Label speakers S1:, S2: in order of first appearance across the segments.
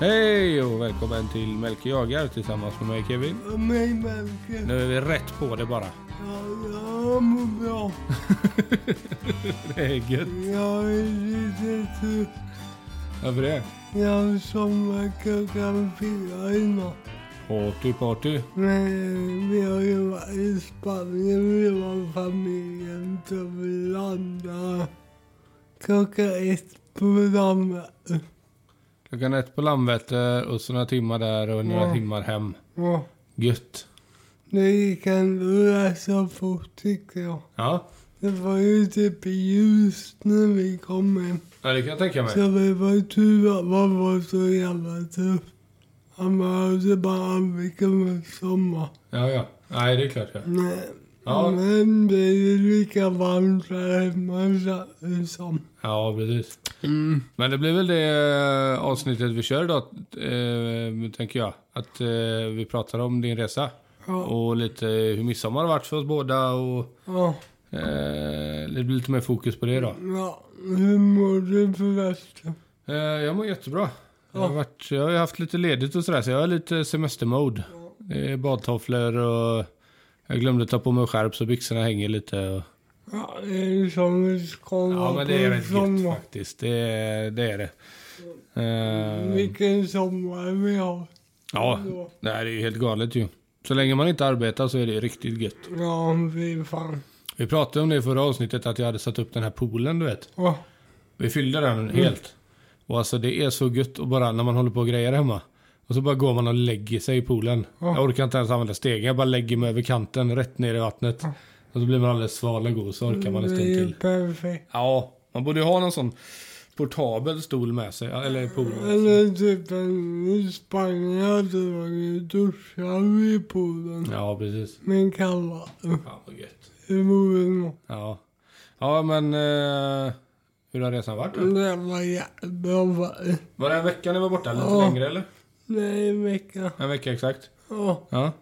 S1: Hej och välkommen till Melke jagar tillsammans med mig Kevin.
S2: Och mig Melker.
S1: Nu är vi rätt på det bara.
S2: Ja, jag mår bra.
S1: Det är gött.
S2: Jag är lite trött.
S1: Varför det?
S2: Jag somnade klockan fyra i natt.
S1: Party, party.
S2: Men vi har ju varit i Spanien, vi var familjen, så vi landade klockan ett på dammet.
S1: Klockan ett på Landvetter och så några timmar där och några
S2: Ja.
S1: timmar hem.
S2: Ja,
S1: Gött.
S2: det gick ändå rätt så fort tycker jag.
S1: Ja,
S2: Det var ju typ ljust när vi kom hem.
S1: ja det kan jag tänka mig.
S2: Så vi var tur att man var så jävla tuff. Han behövde bara anvika med sommar.
S1: Ja, ja. Nej, det är klart ja.
S2: Nej.
S1: Ja.
S2: Men det är ju lika varmt här hemma känns det som.
S1: Ja, precis.
S2: Mm.
S1: Men det blir väl det eh, avsnittet vi kör idag, eh, tänker jag. Att eh, vi pratar om din resa.
S2: Ja.
S1: Och lite hur midsommar har varit för oss båda och
S2: Ja.
S1: Eh, det blir lite mer fokus på det då.
S2: ja. Hur mår du förresten?
S1: Eh, jag mår jättebra. Jag,
S2: Ja.
S1: har varit, jag har ju haft lite ledigt och sådär så jag är lite semestermode. Det är badtofflor och jag glömde ta på mig skärp så byxorna hänger lite. Och...
S2: Ja, det är ju som vi ska
S1: Ja
S2: vara
S1: men det är
S2: på
S1: rätt gött
S2: sommar.
S1: faktiskt. Det är det. Är det. Eh,
S2: Vilken sommar vi har.
S1: ja, det här är ju helt galet ju. Så länge man inte arbetar så är det riktigt gött.
S2: Ja, fy fan.
S1: Vi pratade om det i förra avsnittet att jag hade satt upp den här poolen du vet.
S2: Ja.
S1: Vi fyllde den
S2: Mm.
S1: helt. Och alltså det är så gött och bara när man håller på och grejer hemma. Och så bara går man och lägger sig i poolen.
S2: Ja.
S1: Jag orkar inte ens använda stegen. Jag bara lägger mig över kanten rätt ner i vattnet.
S2: Ja.
S1: Och så blir man alldeles sval och god så orkar man en
S2: Det
S1: stund
S2: är ju
S1: till.
S2: perfekt.
S1: Ja, man borde ju ha någon sån portabel stol med sig. Eller pool.
S2: Eller typ en i Spanien hade man ju duschar vid poolen.
S1: Ja, precis.
S2: Men kalla.
S1: Fan vad gött.
S2: Det vore något.
S1: Ja. Ja, men... Eh, hur har resan varit? då?
S2: Det var jättebra faktiskt.
S1: Var det en vecka ni var borta? Lite
S2: Ja.
S1: längre eller?
S2: Nej, en vecka.
S1: En vecka exakt.
S2: Ja.
S1: Ja.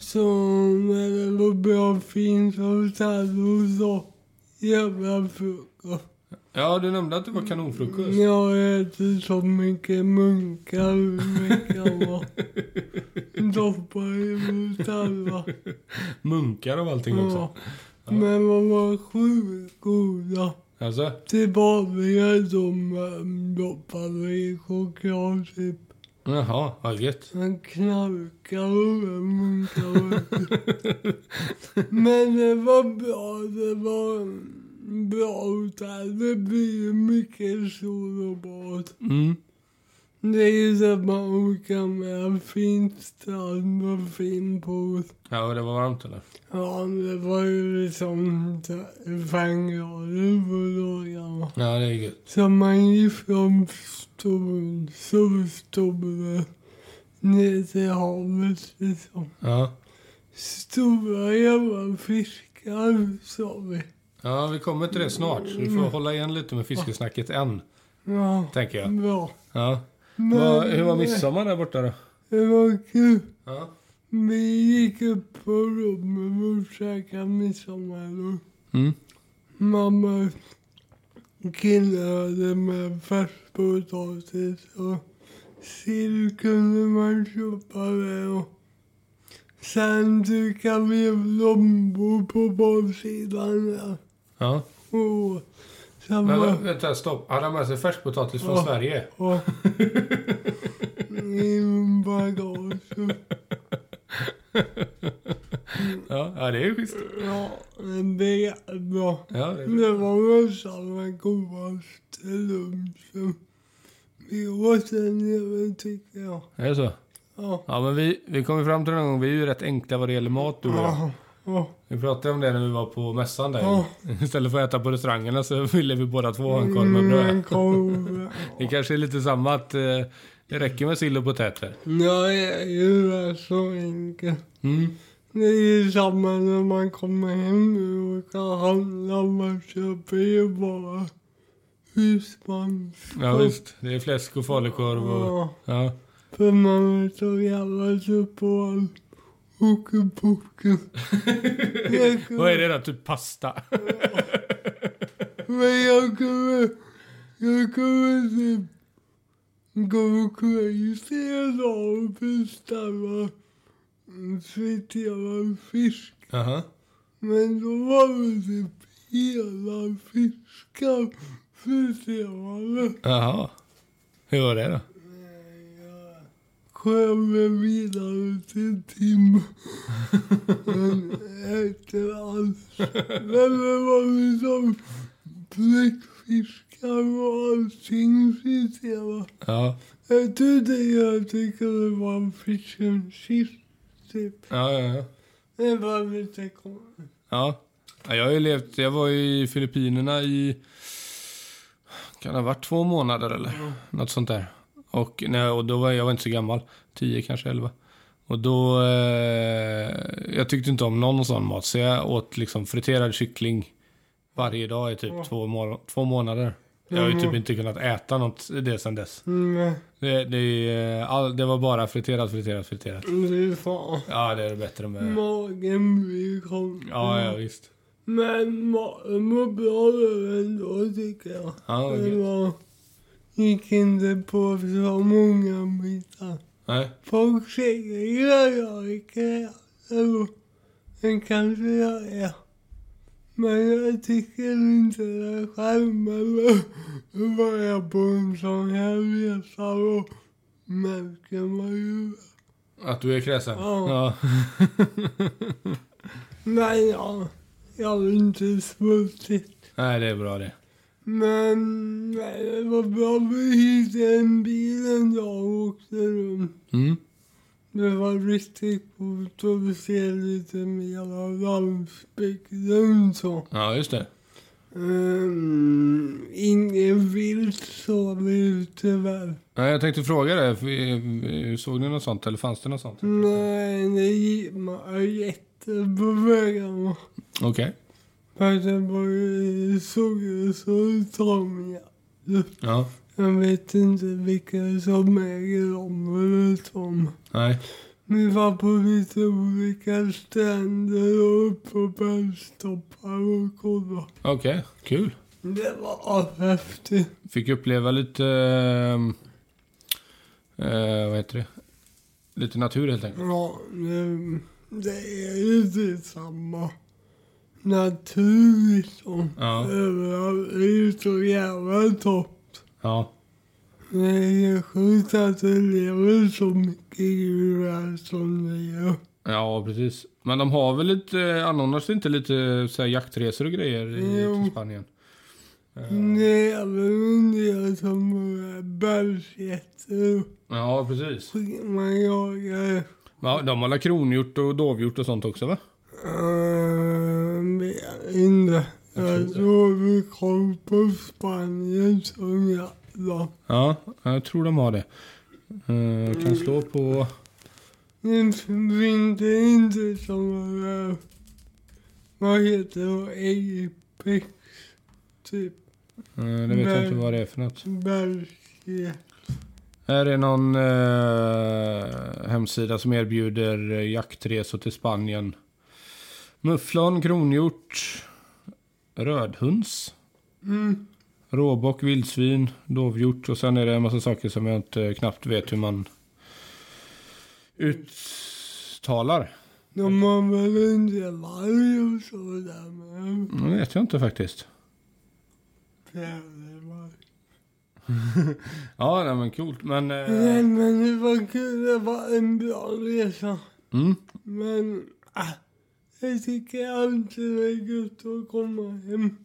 S2: Så när det var bra fint så satt vi och så. Jävla frukost.
S1: Ja, du nämnde att det var kanonfrukost.
S2: Jag har ätit så mycket munkar hur veckan var. Doppar emot alla.
S1: Munkar och allting också.
S2: Ja. Men man var sjukt goda.
S1: Alltså?
S2: Det var mer som um, doppade i choklad typ.
S1: Jaha, vad gött.
S2: Man knarkar och munkar. Men det var bra. Det var mm, bra hotell. Det blir mycket sol och bad.
S1: Mm.
S2: Det är ju så att man orkar med en fin strand och fin pool.
S1: Ja, det var varmt eller?
S2: Ja, det var ju liksom så här fem grader på dagarna.
S1: Ja, det är gött.
S2: Så man gick från sol- solstolen ner till havet liksom.
S1: Ja.
S2: Stora jävla fiskar sa vi.
S1: Ja, vi kommer till det snart. Så du får hålla igen lite med fiskesnacket än,
S2: Ja,
S1: tänker jag.
S2: bra.
S1: Ja.
S2: Men eh,
S1: Vad- hur var midsommar där borta då?
S2: Det var kul.
S1: Ja.
S2: Vi gick upp på rummet och käkade midsommarlunch.
S1: Mm.
S2: Mamma grillade med färskpotatis och sill kunde man köpa det och sen dukade vi blommor på baksidan där.
S1: Ja.
S2: Och sen
S1: Men vä-
S2: var...
S1: vänta, stopp. Hade han med sig färskpotatis från
S2: Ja.
S1: Sverige?
S2: Och, I bagaget.
S1: Ja, ja det är ju schysst.
S2: Ja, men det är jättebra.
S1: Ja, det är...
S2: Det var väl samma godaste lunch som vi åt där nere, tycker jag.
S1: Är det så?
S2: Ja.
S1: Ja, men vi, vi kom ju fram till någon gång. Vi är ju rätt enkla vad det gäller mat, du och jag.
S2: Ja. Ja.
S1: Vi pratade om det när vi var på mässan där.
S2: Ja.
S1: Istället för att äta på restaurangerna så ville vi båda två ha en korv med bröd.
S2: Mm, korv.
S1: Det kanske är lite samma att eh, det räcker med sill och potäter.
S2: Jag är ju rätt så enkel.
S1: Mm.
S2: Det är ju samma när man kommer hem nu och ska handla. Man köper ju bara husmanskost.
S1: Ja visst, det är fläsk och falukorv och...
S2: Ja,
S1: Ja.
S2: För man är så jävla trött på all hockeypockey.
S1: Vad är det då? Typ pasta?
S2: Men jag kommer... Jag kommer typ... gå omkring flera dagar och bestämma friterad fisk.
S1: Aha.
S2: Men då var väl typ hela fiskar friterade.
S1: Jaha. Hur var det då?
S2: Jag kommer vidare till Tim. Men efter allt. Men det var liksom bläckfiskar och allting friterade.
S1: Ja.
S2: Jag trodde ju att det kunde vara en fish and chips, typ.
S1: Ja, ja, ja.
S2: Det var lite konstigt.
S1: Ja. Ja, Jag har ju levt, jag var ju i Filippinerna i, kan det ha varit två månader eller
S2: Mm.
S1: något sånt där. Och, nej, och då var jag, jag var inte så gammal, 10 kanske 11. Och då, eh, jag tyckte inte om någon sån mat så jag åt liksom friterad kyckling varje dag i typ
S2: Ja.
S1: två, må- två månader. Jag har ju typ
S2: Mm.
S1: inte kunnat äta något det sen dess.
S2: Mm,
S1: Det, det, eh, all, det var bara friterat, friterat, friterat.
S2: fy fan.
S1: Ja, det är det bättre med...
S2: Mm. Magen blir konstig.
S1: Ja, ja visst.
S2: Men maten mår bra nu ändå, tycker jag.
S1: Ja, vad
S2: Det
S1: gött.
S2: var... Gick inte på så många bitar.
S1: Nej.
S2: Folk säger ju att jag är kräsen och det kanske jag är. Men jag tycker inte det själv. Men då var jag på en sån här resa och märker man ju.
S1: Att du är kräsen?
S2: Ja.
S1: Ja.
S2: Men ja, jag har inte smutsit.
S1: Nej, det är bra det.
S2: Men nej, det var bra vi hittade en bil en dag och åkte runt.
S1: Mm.
S2: Det var riktigt coolt att se lite mer av landsbygden så.
S1: Ja, just det.
S2: Um, inget vilt såg ut tyvärr.
S1: Nej, jag tänkte fråga dig. för, eh, Såg ni något sånt eller fanns det något sånt?
S2: Mm. Nej, det gick man jätte på vägarna.
S1: Okej.
S2: Fast det var ju- det såg ut så trånga.
S1: Ja.
S2: Jag vet inte vilka som äger dem eller tom.
S1: Nej.
S2: Vi var på lite olika stränder och uppe på bergstoppar och kollade.
S1: Okej, kul.
S2: Det var häftigt.
S1: Fick uppleva lite... ehm, eh, vad heter det? Lite natur helt enkelt.
S2: Ja, det, det är ju det samma natur liksom.
S1: Ja.
S2: Överallt är ju så jävla topp.
S1: Ja.
S2: Det är ju sjukt att det lever så mycket djur här som det gör.
S1: Ja, precis. Men de har väl lite, eh, anordnas det inte lite så här, jaktresor och grejer i
S2: Jo.
S1: till Spanien? Eh,
S2: Det är väl en del som våra bergsgetter
S1: Ja, precis.
S2: och man jagar.
S1: Ja, de har alla kronhjort och dovhjort och sånt också va?
S2: Ehm, vet inte. Jag tror Alltså, vi kom på Spanien som jävla...
S1: Ja, jag tror de har det. Eh, Jag kan slå på...
S2: Det finns inte som... eh, Vad heter det? Apex. Typ
S1: eh, Det vet jag
S2: Nej.
S1: inte vad det är för något.
S2: bergsjätte.
S1: Här är någon eh, hemsida som erbjuder eh, jaktresor till Spanien. Mufflon, kronhjort, rödhunds,
S2: Mm.
S1: råbock, vildsvin, dovhjort och sen är det en massa saker som jag inte eh, knappt vet hur man uttalar.
S2: De har väl inte varg och sådär men...
S1: Det vet jag inte faktiskt.
S2: fjädervarg.
S1: Ja, nej, men coolt. Men... Eh,
S2: Nej men det var kul. Det var en bra resa.
S1: mm.
S2: Men äh, jag tycker alltid det är gött att komma hem.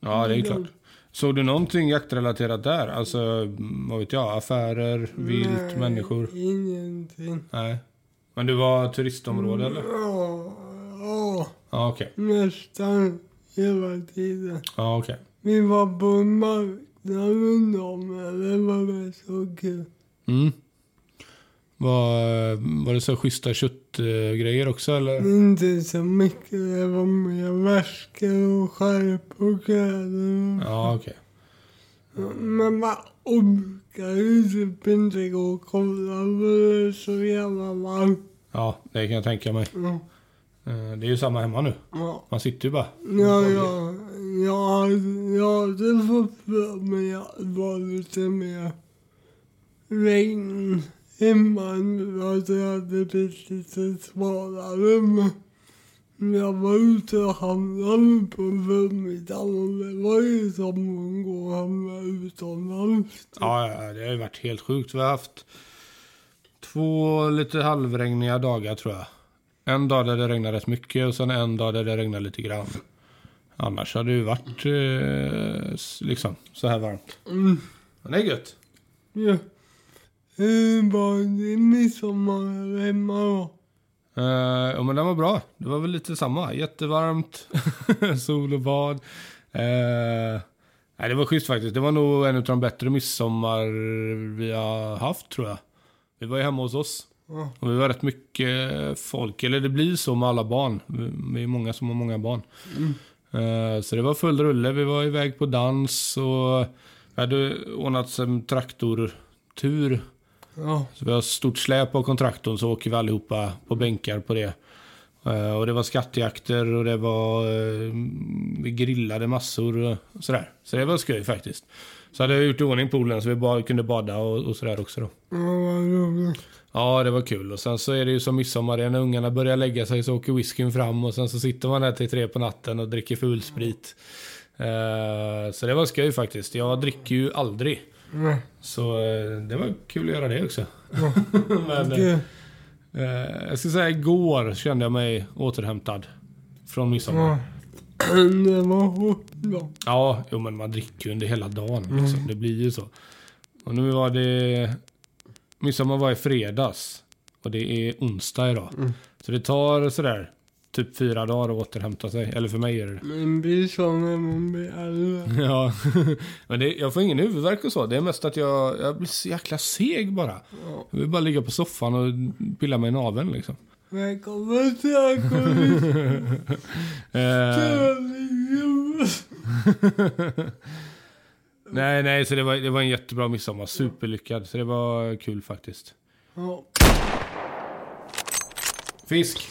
S1: Ja, det är
S2: Mm.
S1: klart. Såg du någonting jaktrelaterat där? Alltså, mm, vad vet jag? Affärer, vilt,
S2: Nej,
S1: människor?
S2: Ingenting.
S1: Nej. Men du var turistområde
S2: Mm.
S1: eller?
S2: Ja, ja,
S1: Ja, okej.
S2: nästan hela tiden.
S1: Ja, okej.
S2: Vi var på en marknad en dag men det var väl så kul.
S1: Mm. Var, var det så schyssta köttgrejer också
S2: Mm.
S1: eller?
S2: Inte så mycket, det var mer väskor och skärp och kläder.
S1: Ja, okej.
S2: Men man orkar ju typ inte gå och kolla för det är så jävla varmt.
S1: Ja, det kan jag tänka mig.
S2: Ja.
S1: Eh, Det är ju samma hemma nu.
S2: Ja.
S1: Man sitter ju bara.
S2: Ja, ja, ja, ja, det var för mig att vara lite mer regn. Invandrare hade precis ett svalare. Jag var ute och handlade på förmiddagen och det var ju som att gå och handla utomlands.
S1: Ja, ja, det har ju varit helt sjukt. Vi har haft två lite halvregniga dagar tror jag. En dag där det regnade rätt mycket och sen en dag där det regnade lite grann. Annars hade det ju varit eh, s- liksom så här varmt.
S2: Mm.
S1: Men det är gött.
S2: Ja. Hur var din midsommar hemma då?
S1: Eh, ja, men den var bra. Det var väl lite samma. Jättevarmt, sol och bad. Eh, nej, det var schysst faktiskt. Det var nog en av de bättre midsommar vi har haft tror jag. Vi var ju hemma hos oss.
S2: Ja.
S1: Och vi var rätt mycket folk, eller det blir så med alla barn. Vi- Vi är många som har många barn. Eh, Så det var full rulle. Vi var iväg på dans och vi hade ordnat en traktortur.
S2: Ja.
S1: Så vi har stort släp av kontraktorn så åker vi allihopa på bänkar på det. Eh, Och det var skattjakter och det var... eh, Vi grillade massor och sådär. Så det var skoj faktiskt. Så hade jag gjort i ordning poolen så vi bara kunde bada och, och sådär också då.
S2: Ja, vad roligt.
S1: Ja, det var kul. Och sen så är det ju som midsommar, det är när ungarna börjar lägga sig så åker whiskyn fram och sen så sitter man där till tre på natten och dricker fulsprit. Eh, så det var skoj faktiskt. Jag dricker ju aldrig.
S2: Ja.
S1: Så eh, det var kul att göra det också.
S2: Ja.
S1: Men, eh,
S2: Det-
S1: eh, jag ska säga igår kände jag mig återhämtad. Från midsommar.
S2: Ja. Det var hårt då.
S1: Ja, jo, men man dricker ju under hela dagen. Liksom. Det blir ju så. Och nu var det... Midsommar var i fredags. Och det är onsdag idag. Så det tar sådär typ fyra dagar att återhämta sig. Eller för mig är det det
S2: Men det är så när man blir äldre.
S1: Ja, men det, jag får ingen huvudvärk och så. Det är mest att jag, jag blir så jäkla seg bara.
S2: Ja.
S1: Jag vill bara ligga på soffan och pilla mig i naveln liksom.
S2: Välkommen till alkoholism.
S1: Eh, nej, nej, så det var, det var en jättebra midsommar. Superlyckad. Så det var kul faktiskt.
S2: Ja.
S1: Fisk.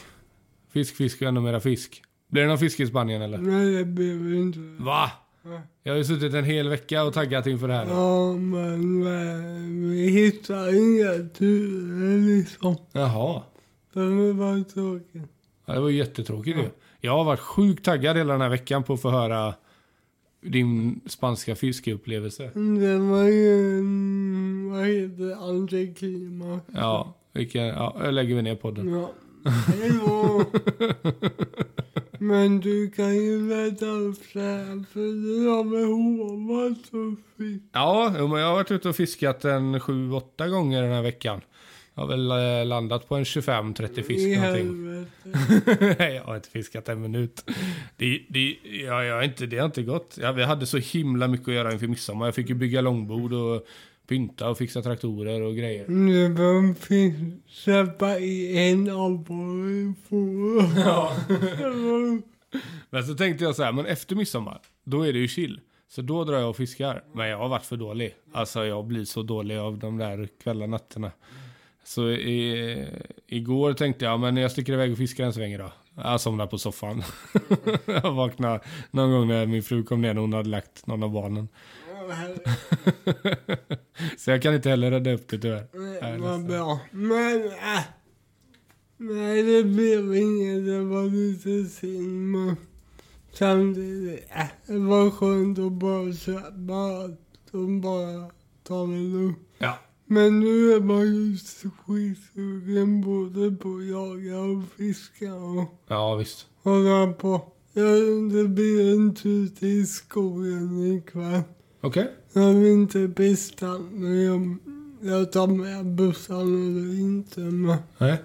S1: Fisk, fisk och ännu mera fisk. Blir det någon fisk i Spanien eller?
S2: Nej, det blev inte.
S1: Va?
S2: Ja.
S1: Jag har ju suttit en hel vecka och taggat inför det här.
S2: Ja, men eh, vi hittar inga turer liksom.
S1: Jaha.
S2: Det var tråkigt.
S1: Ja, det var ju jättetråkigt ju. Jag har varit sjukt taggad hela den här veckan på att få höra din spanska fiskeupplevelse.
S2: Det var ju en, vad heter det, antiklimax.
S1: Ja, vilken, ja, jag lägger vi ner podden.
S2: Ja. Hejdå. Men du kan ju lätta upp det här för du har väl hovat så fint.
S1: Ja, jo, men jag har varit ute och fiskat en 7-8 gånger den här veckan. Jag har väl eh, landat på en 25-30
S2: I
S1: fisk någonting.
S2: helvete.
S1: Nej, jag har inte fiskat en minut. Det, det, ja, jag har inte, det har inte gått. Ja, vi hade så himla mycket att göra inför midsommar. Jag fick ju bygga långbord och pynta och fixa traktorer och grejer.
S2: Nu behöver vi släppa i en av våra får.
S1: Ja. Men så tänkte jag så här, men efter midsommar, då är det ju chill. Så då drar jag och fiskar. Men jag har varit för dålig. Alltså jag blir så dålig av de där kvällarna, nätterna. Så i, igår tänkte jag, men jag sticker iväg och fiskar en sväng idag. Jag somnade på soffan. jag vaknade någon gång när min fru kom ner och hon hade lagt någon av barnen. så jag kan inte heller rädda upp det tyvärr.
S2: Nej, Vad bra. Men äh, nej, det blev inget. Det var lite synd. Men samtidigt, äh, det var skönt att bara släppa och bara ta det lugnt.
S1: Ja.
S2: Men nu är man ju skitsugen både på att jaga och fiska och
S1: ja, visst.
S2: hålla på. Jag, det blir en tur till skogen ikväll.
S1: Okej.
S2: Jag vill inte pista, men jag, jag tar med bussen eller inte. Men
S1: Nej.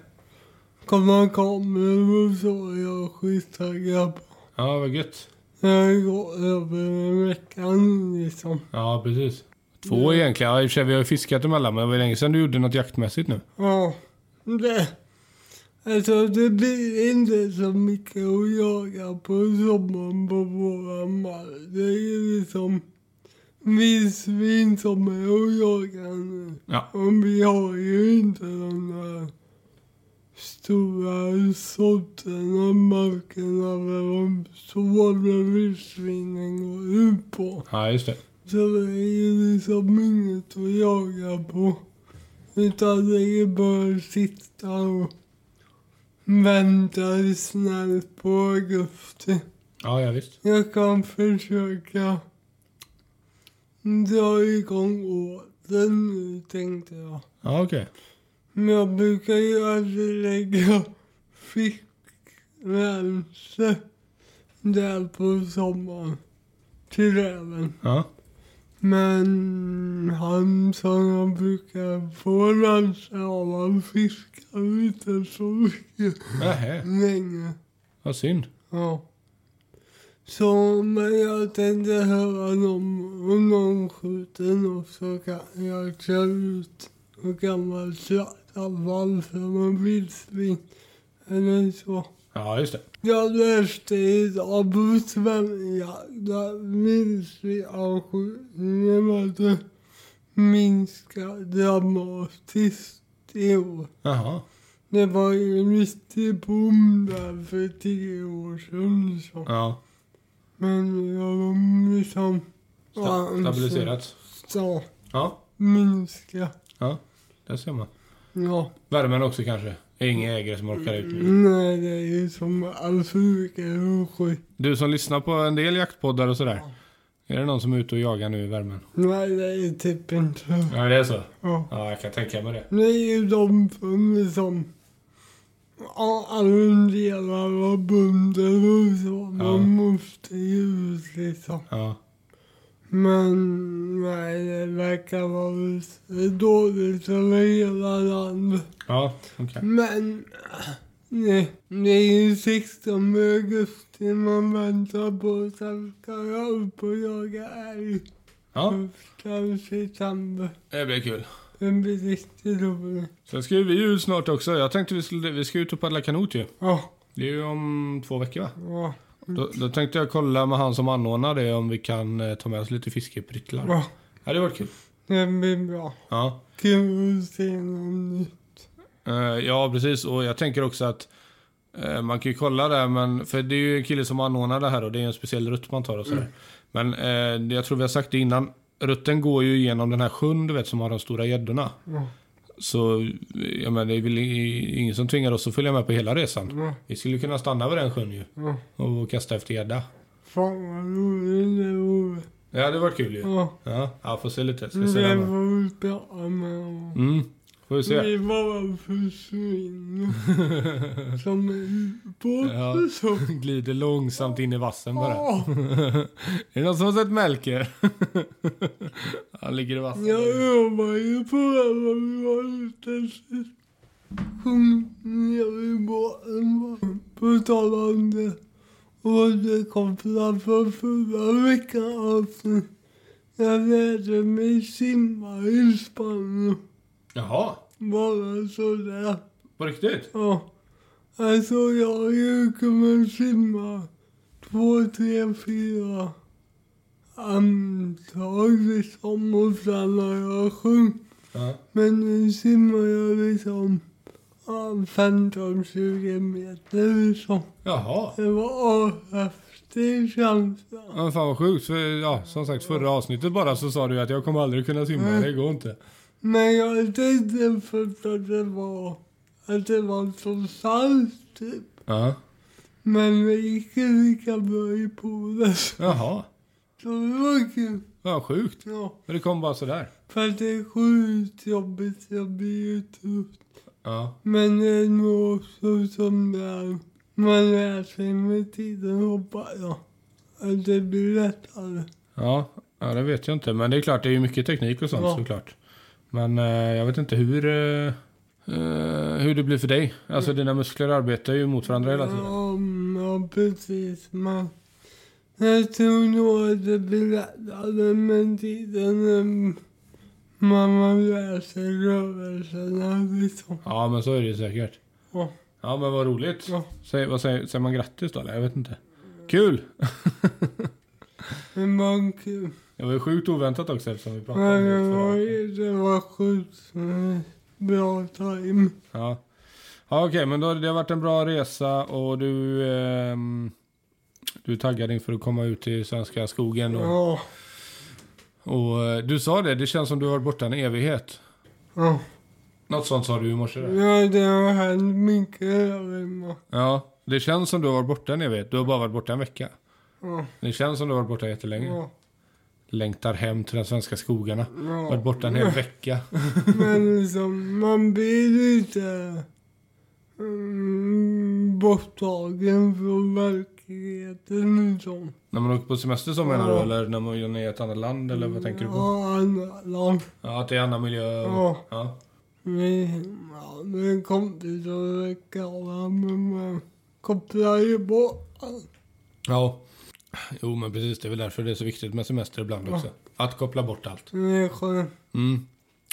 S2: komma kameror och så är jag skittaggad på.
S1: Ja, vad gött.
S2: Jag går över veckan liksom.
S1: Ja, precis. Mm. Två egentligen. Ja, i och för sig, vi har ju fiskat emellan, men det var länge sedan du gjorde något jaktmässigt nu.
S2: Ja. Det, alltså det blir inte så mycket att jaga på sommaren på våra mark. Det är liksom vi svin som är och jagar nu.
S1: Ja.
S2: Och vi har ju inte de där stora sorterna, markerna där de stora vildsvinen går ut på.
S1: Ja, just det.
S2: Så det är ju liksom inget att jaga på. Utan det är bara att sitta och vänta snällt på augusti.
S1: Ja, ja visst.
S2: Jag kan försöka dra igång åten nu, tänkte jag.
S1: Ja, okej.
S2: Men jag brukar ju aldrig lägga fickrenser där på sommaren till räven.
S1: Ja.
S2: Men han som jag brukar få renser av, han fiskar inte så mycket
S1: Nähä,
S2: längre.
S1: vad synd.
S2: Ja. Så men jag tänkte höra någon, om någon skjuter något så kan jag köra ut och gammal slaktavfall från en vildsvin eller så.
S1: Ja, just det.
S2: Jag läste idag på Svenskjakta vildsvinsavskjutningen att det minskar dramatiskt i år.
S1: Jaha.
S2: Det var ju en riktig boom där för tio år sedan. Så.
S1: Ja,
S2: Men jag har liksom...
S1: sta- stabiliserats.
S2: Ja,
S1: Ja,
S2: minska.
S1: där ser man.
S2: Ja.
S1: Värmen också kanske. Ingen ägare som orkar ut nu.
S2: Nej, det är ju som allt brukar och skit.
S1: Du som lyssnar på en del jaktpoddar och sådär. Är det någon som är ute och jagar nu i värmen?
S2: Nej, det är typ inte...
S1: Ja, det är så.
S2: Ja.
S1: Ja, jag kan tänka mig det.
S2: Det är ju de som liksom... Ja, alla delar av bönder och så. Man
S1: Ja.
S2: måste ju ut liksom.
S1: Ja.
S2: Men nej, det verkar vara lite dåligt över hela landet.
S1: Ja, okej.
S2: Men nej, det är ju 16 augusti man väntar på. Sen ska jag upp och jaga älg
S1: Ja,
S2: första september.
S1: det blir kul.
S2: Det blir riktigt roligt.
S1: Sen ska ju vi ut snart också. Jag tänkte vi skulle, vi ska ut och paddla kanot ju.
S2: Ja,
S1: Det är ju om två veckor va?
S2: ja,
S1: Då, då tänkte jag kolla med han som anordnar det om vi kan eh, ta med oss lite fiskepryttlar. Ja,
S2: ja.
S1: det hade varit kul.
S2: Det blir bra.
S1: Ja.
S2: Kul att se någon ny.
S1: Eh, ja, precis. Och jag tänker också att eh, man kan ju kolla där, men för det är ju en kille som anordnar det här och det är en speciell rutt man tar och sådär. Men eh, det- jag tror vi har sagt det innan. Rutten går ju igenom den här sjön du vet som har de stora gäddorna.
S2: Ja,
S1: Så jag menar, det är väl i- ingen som tvingar oss att följa med på hela resan.
S2: ja,
S1: Vi skulle kunna stanna vid den sjön ju
S2: ja.
S1: och kasta efter gädda.
S2: Fan vad roligt det vore.
S1: Det hade varit kul ju.
S2: Ja,
S1: Ja, ja får se lite. Ska se
S2: Mm. det
S1: den här.
S2: var väl bra med.
S1: Mm, får vi se.
S2: Vi bara försvinner. Som en båt
S1: Ja.
S2: och så.
S1: Glider långsamt in i vassen bara.
S2: Åh,
S1: Är det någon som har sett Melker? Han ligger i vassen.
S2: Jag övar ju på det här när vi var ute sist. Sjung ner i båten bara. På tal om det. Återkoppla från förra veckan avsnitt. Jag lärde mig simma i Spanien.
S1: Jaha,
S2: Bara sådär.
S1: på riktigt?
S2: Ja. Alltså jag har ju kunnat simma två, tre, fyra andetag liksom och sen har jag sjungit.
S1: Ja.
S2: Men nu simmar jag liksom ja, 15-20 meter liksom.
S1: Jaha.
S2: Det var ashäftig känsla.
S1: Ja, men fan vad sjukt. För, ja, som sagt, förra avsnittet bara så sa du att jag kommer aldrig kunna simma.
S2: Mm.
S1: Det går inte.
S2: Men jag tänkte först att det var, att det var så salt typ.
S1: Ja.
S2: Men det gick ju lika bra i poolen.
S1: Jaha.
S2: Så det var kul.
S1: Ja, sjukt.
S2: Ja.
S1: Men det kom bara sådär.
S2: För att det är sjukt jobbigt, jag blir ju trött.
S1: Ja.
S2: Men det är nog också som det är. Man lär sig med tiden, hoppas jag. Att det blir lättare.
S1: Ja. ja, det vet jag inte. Men det är klart, det är ju mycket teknik och sånt
S2: Ja.
S1: såklart. Men eh, jag vet inte hur, eh, eh, hur det blir för dig. Alltså dina muskler arbetar ju mot varandra hela tiden.
S2: Mm. Ja, mm, ja precis. Men jag tror nog att det blir lättare med tiden. mm, Man, man lär sig rörelserna liksom.
S1: Ja, men så är det ju säkert.
S2: Ja.
S1: Ja, men vad roligt.
S2: Ja.
S1: Säg, vad säger, säger man grattis då eller? Jag vet inte. Kul!
S2: Men man kul.
S1: Det var ju sjukt oväntat också eftersom vi pratade
S2: Nej,
S1: om det.
S2: det var,
S1: förra veckan.
S2: ju- det var sjukt eh, bra time.
S1: Ja. Ja, okej, men då, har det har varit en bra resa och du... ehm, du är taggad inför att komma ut i svenska skogen och...
S2: Ja,
S1: och eh, du sa det, det känns som du har varit borta en evighet.
S2: ja.
S1: Något sånt sa du i morse. där.
S2: Ja, det har hänt mycket där hemma.
S1: Ja, det känns som du har varit borta en evighet. Du har bara varit borta en vecka.
S2: Ja,
S1: Det känns som du har varit borta jättelänge.
S2: ja,
S1: Längtar hem till de svenska skogarna.
S2: ja.
S1: Varit borta en hel vecka.
S2: Men liksom, man blir lite mm, borttagen från verkligheten liksom.
S1: När man åker på semester så menar du?
S2: Ja.
S1: Eller när man är i ett annat land? Eller vad tänker du på?
S2: Ja, andra land.
S1: Ja, att det är annan miljö. och-
S2: Ja.
S1: Ja.
S2: Vi, ja, min kompis och Rickard, men kopplar ju bort allt.
S1: ja. Jo, men precis. Det är väl därför det är så viktigt med semester ibland också. Att koppla bort allt.
S2: Det är skönt.
S1: Mm.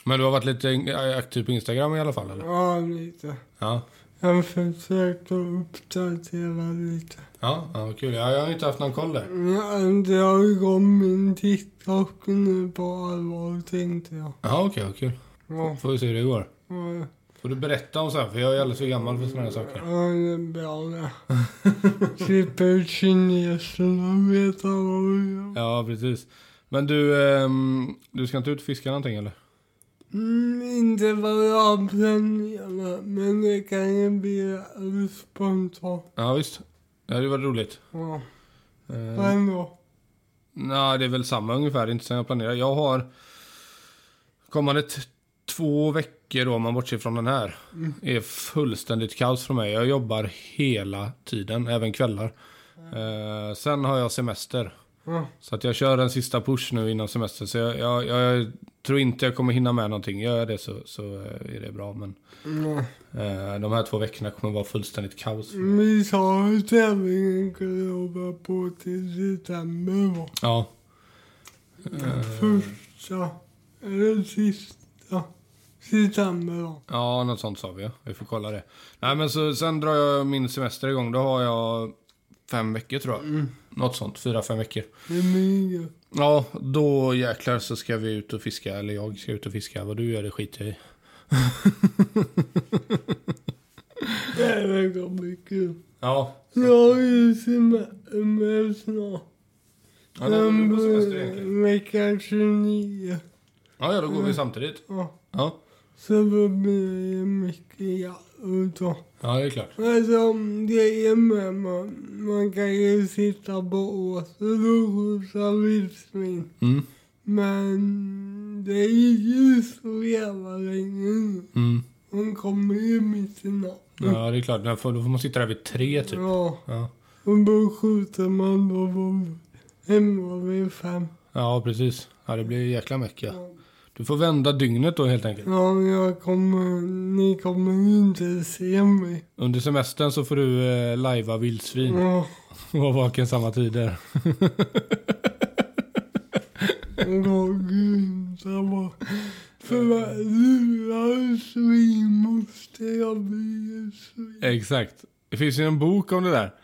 S1: Men du har varit lite aktiv på Instagram i alla fall, eller?
S2: Ja, lite.
S1: Ja.
S2: Jag försökte uppdatera lite.
S1: Ja, ja vad kul. Ja, jag har inte haft någon koll där.
S2: Jag drar igång min TikTok nu på allvar, tänkte jag.
S1: Ja, okej, vad kul.
S2: Ja,
S1: Får vi se hur det går.
S2: ja,
S1: Får du berätta om sen, för jag är alldeles för gammal för sådana här saker.
S2: ja, det är bra det. Slipper ut kineserna veta vad vi gör.
S1: Ja, precis. Men du, ehm, du ska inte ut och fiska någonting eller?
S2: Mm, inte vad jag planerar, men det kan ju bli spontant.
S1: Ja, visst. Det hade ju varit roligt.
S2: Ja,
S1: Eh,
S2: men då.
S1: Nej, det är väl samma ungefär. Inte som jag planerar. Jag har kommande t- två veckor då, om man bortser från den här, är fullständigt kaos för mig. Jag jobbar hela tiden, även kvällar. Eh, sen har jag semester.
S2: Ja,
S1: Så att jag kör en sista push nu innan semester. Så jag, jag, jag tror inte jag kommer hinna med någonting. Gör jag det så, så eh, är det bra. Men
S2: ja.
S1: eh, de här två veckorna kommer vara fullständigt kaos.
S2: Vi sa att tävlingen kunde hålla på till december va?
S1: Ja.
S2: Första eller sista december va?
S1: Ja, något sånt sa vi. Ja. Vi får kolla det. Nej, men så, sen drar jag min semester igång. Då har jag fem veckor tror jag. Något sånt. Fyra, fem veckor.
S2: Det blir ju-
S1: Ja, då jäklar så ska vi ut och fiska. Eller jag ska ut och fiska. Vad du gör det skiter jag i.
S2: det verkar bli kul.
S1: Ja.
S2: Jag är ju semester snart.
S1: Ja, alltså, då går vi på semester
S2: Mm.
S1: egentligen.
S2: Vecka 29.
S1: Ja, ja, då går vi samtidigt.
S2: Ja.
S1: Ja.
S2: Så då blir det mycket jakt då.
S1: Ja, det är klart.
S2: Alltså det är med man, man kan ju sitta på åsen och skjuta vildsvin.
S1: Mm.
S2: Men det är ju så jävla länge nu.
S1: Mm.
S2: Hon kommer ju mitt i natten.
S1: Ja, det är klart. Då får, då får man sitta där vid tre typ.
S2: Ja,
S1: Ja,
S2: och då skjuter man då på hemma vid fem.
S1: ja precis. Ja, det blir ju jäkla mycket. Ja.
S2: Ja.
S1: Du får vända dygnet då helt enkelt.
S2: men jag kommer, ni kommer ju inte se mig.
S1: Under semestern så får du eh, lajva vildsvin
S2: Ja,
S1: och vara vaken samma tider.
S2: och då grymtar bara. För att lura svin måste jag bli ett svin.
S1: Exakt. Det finns ju en bok om det där.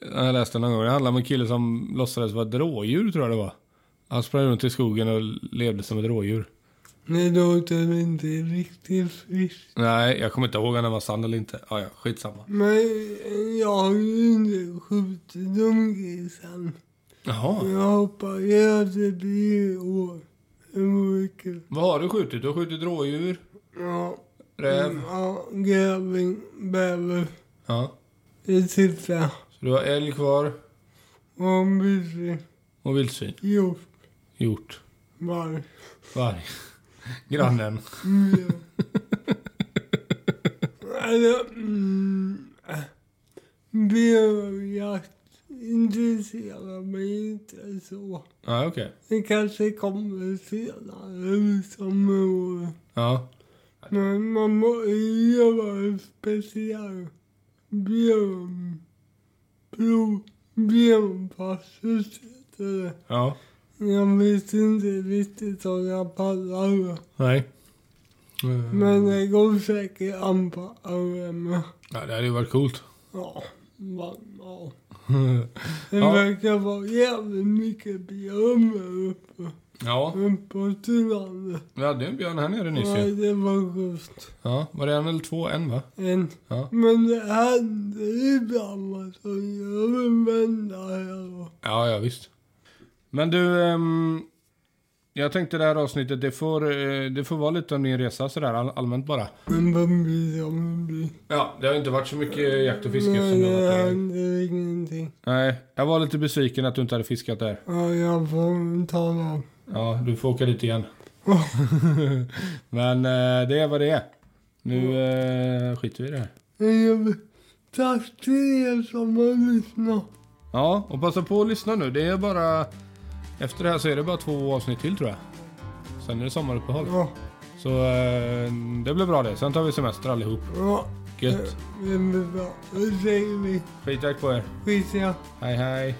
S1: Jag läste någon gång. Det handlar om en kille som låtsades vara ett rådjur tror jag det var. Han sprang runt i skogen och levde som ett rådjur.
S2: Det låter inte riktigt friskt.
S1: Nej, jag kommer inte ihåg om den var sann eller inte. Ja, ja, skitsamma.
S2: Men jag har ju inte skjutit de grisarna.
S1: Jaha.
S2: Jag hoppas ju att det blir i år. Det vore kul.
S1: Vad har du skjutit? Du har skjutit rådjur,
S2: Ja.
S1: räv.
S2: Ja, grävling, bäver.
S1: Ja.
S2: Det sitter
S1: Så du har älg kvar
S2: Och busvin,
S1: och vildsvin.
S2: hjort,
S1: Gjort.
S2: varg.
S1: Varg. Grannen.
S2: Ja. Alltså, mm, äh, björnjakt intresserar mig inte så.
S1: Ja, okej.
S2: Det kanske kommer senare som år.
S1: Ja.
S2: Men man måste ju göra en speciell björn... Pro... Björnpass, heter det.
S1: Ja.
S2: Jag vet inte riktigt om jag pallar det.
S1: Nej. Mm.
S2: Men det går säkert att anpassa det med.
S1: Ja, det hade ju varit coolt.
S2: Ja, man, ja. Det verkar vara jävligt mycket björn här uppe.
S1: ja.
S2: Uppåt i landet.
S1: Vi hade ju en björn här nere nyss
S2: Ja,
S1: ju.
S2: det var schysst.
S1: Ja. Var det en eller två? En va?
S2: En.
S1: Ja.
S2: Men det händer ibland att de gör en vända här och...
S1: Ja, ja visst. Men du, ehm, Jag tänkte det här avsnittet, det får, eh, det får vara lite om din resa sådär all, allmänt bara.
S2: Men vad blir det om det blir?
S1: Ja, det har inte varit så mycket jakt och fiske
S2: Nej,
S1: eftersom du har
S2: det
S1: varit där.
S2: händer ingenting.
S1: Nej, jag var lite besviken att du inte hade fiskat där.
S2: Ja, jag får ta dem.
S1: Ja, du får åka dit igen. Men eh, det är vad det är. Nu eh, skiter vi i det här.
S2: Men jag vill- Tack till er som har lyssnat.
S1: Ja, och passa på att lyssna nu. Det är bara... Efter det här så är det bara två avsnitt till tror jag. Sen är det sommaruppehåll.
S2: Ja,
S1: Så eh, det blir bra det. Sen tar vi semester allihop.
S2: ja.
S1: Gött.
S2: Det blir bra. Då säger vi
S1: Skitjakt på er.
S2: skit i det.
S1: Hej hej.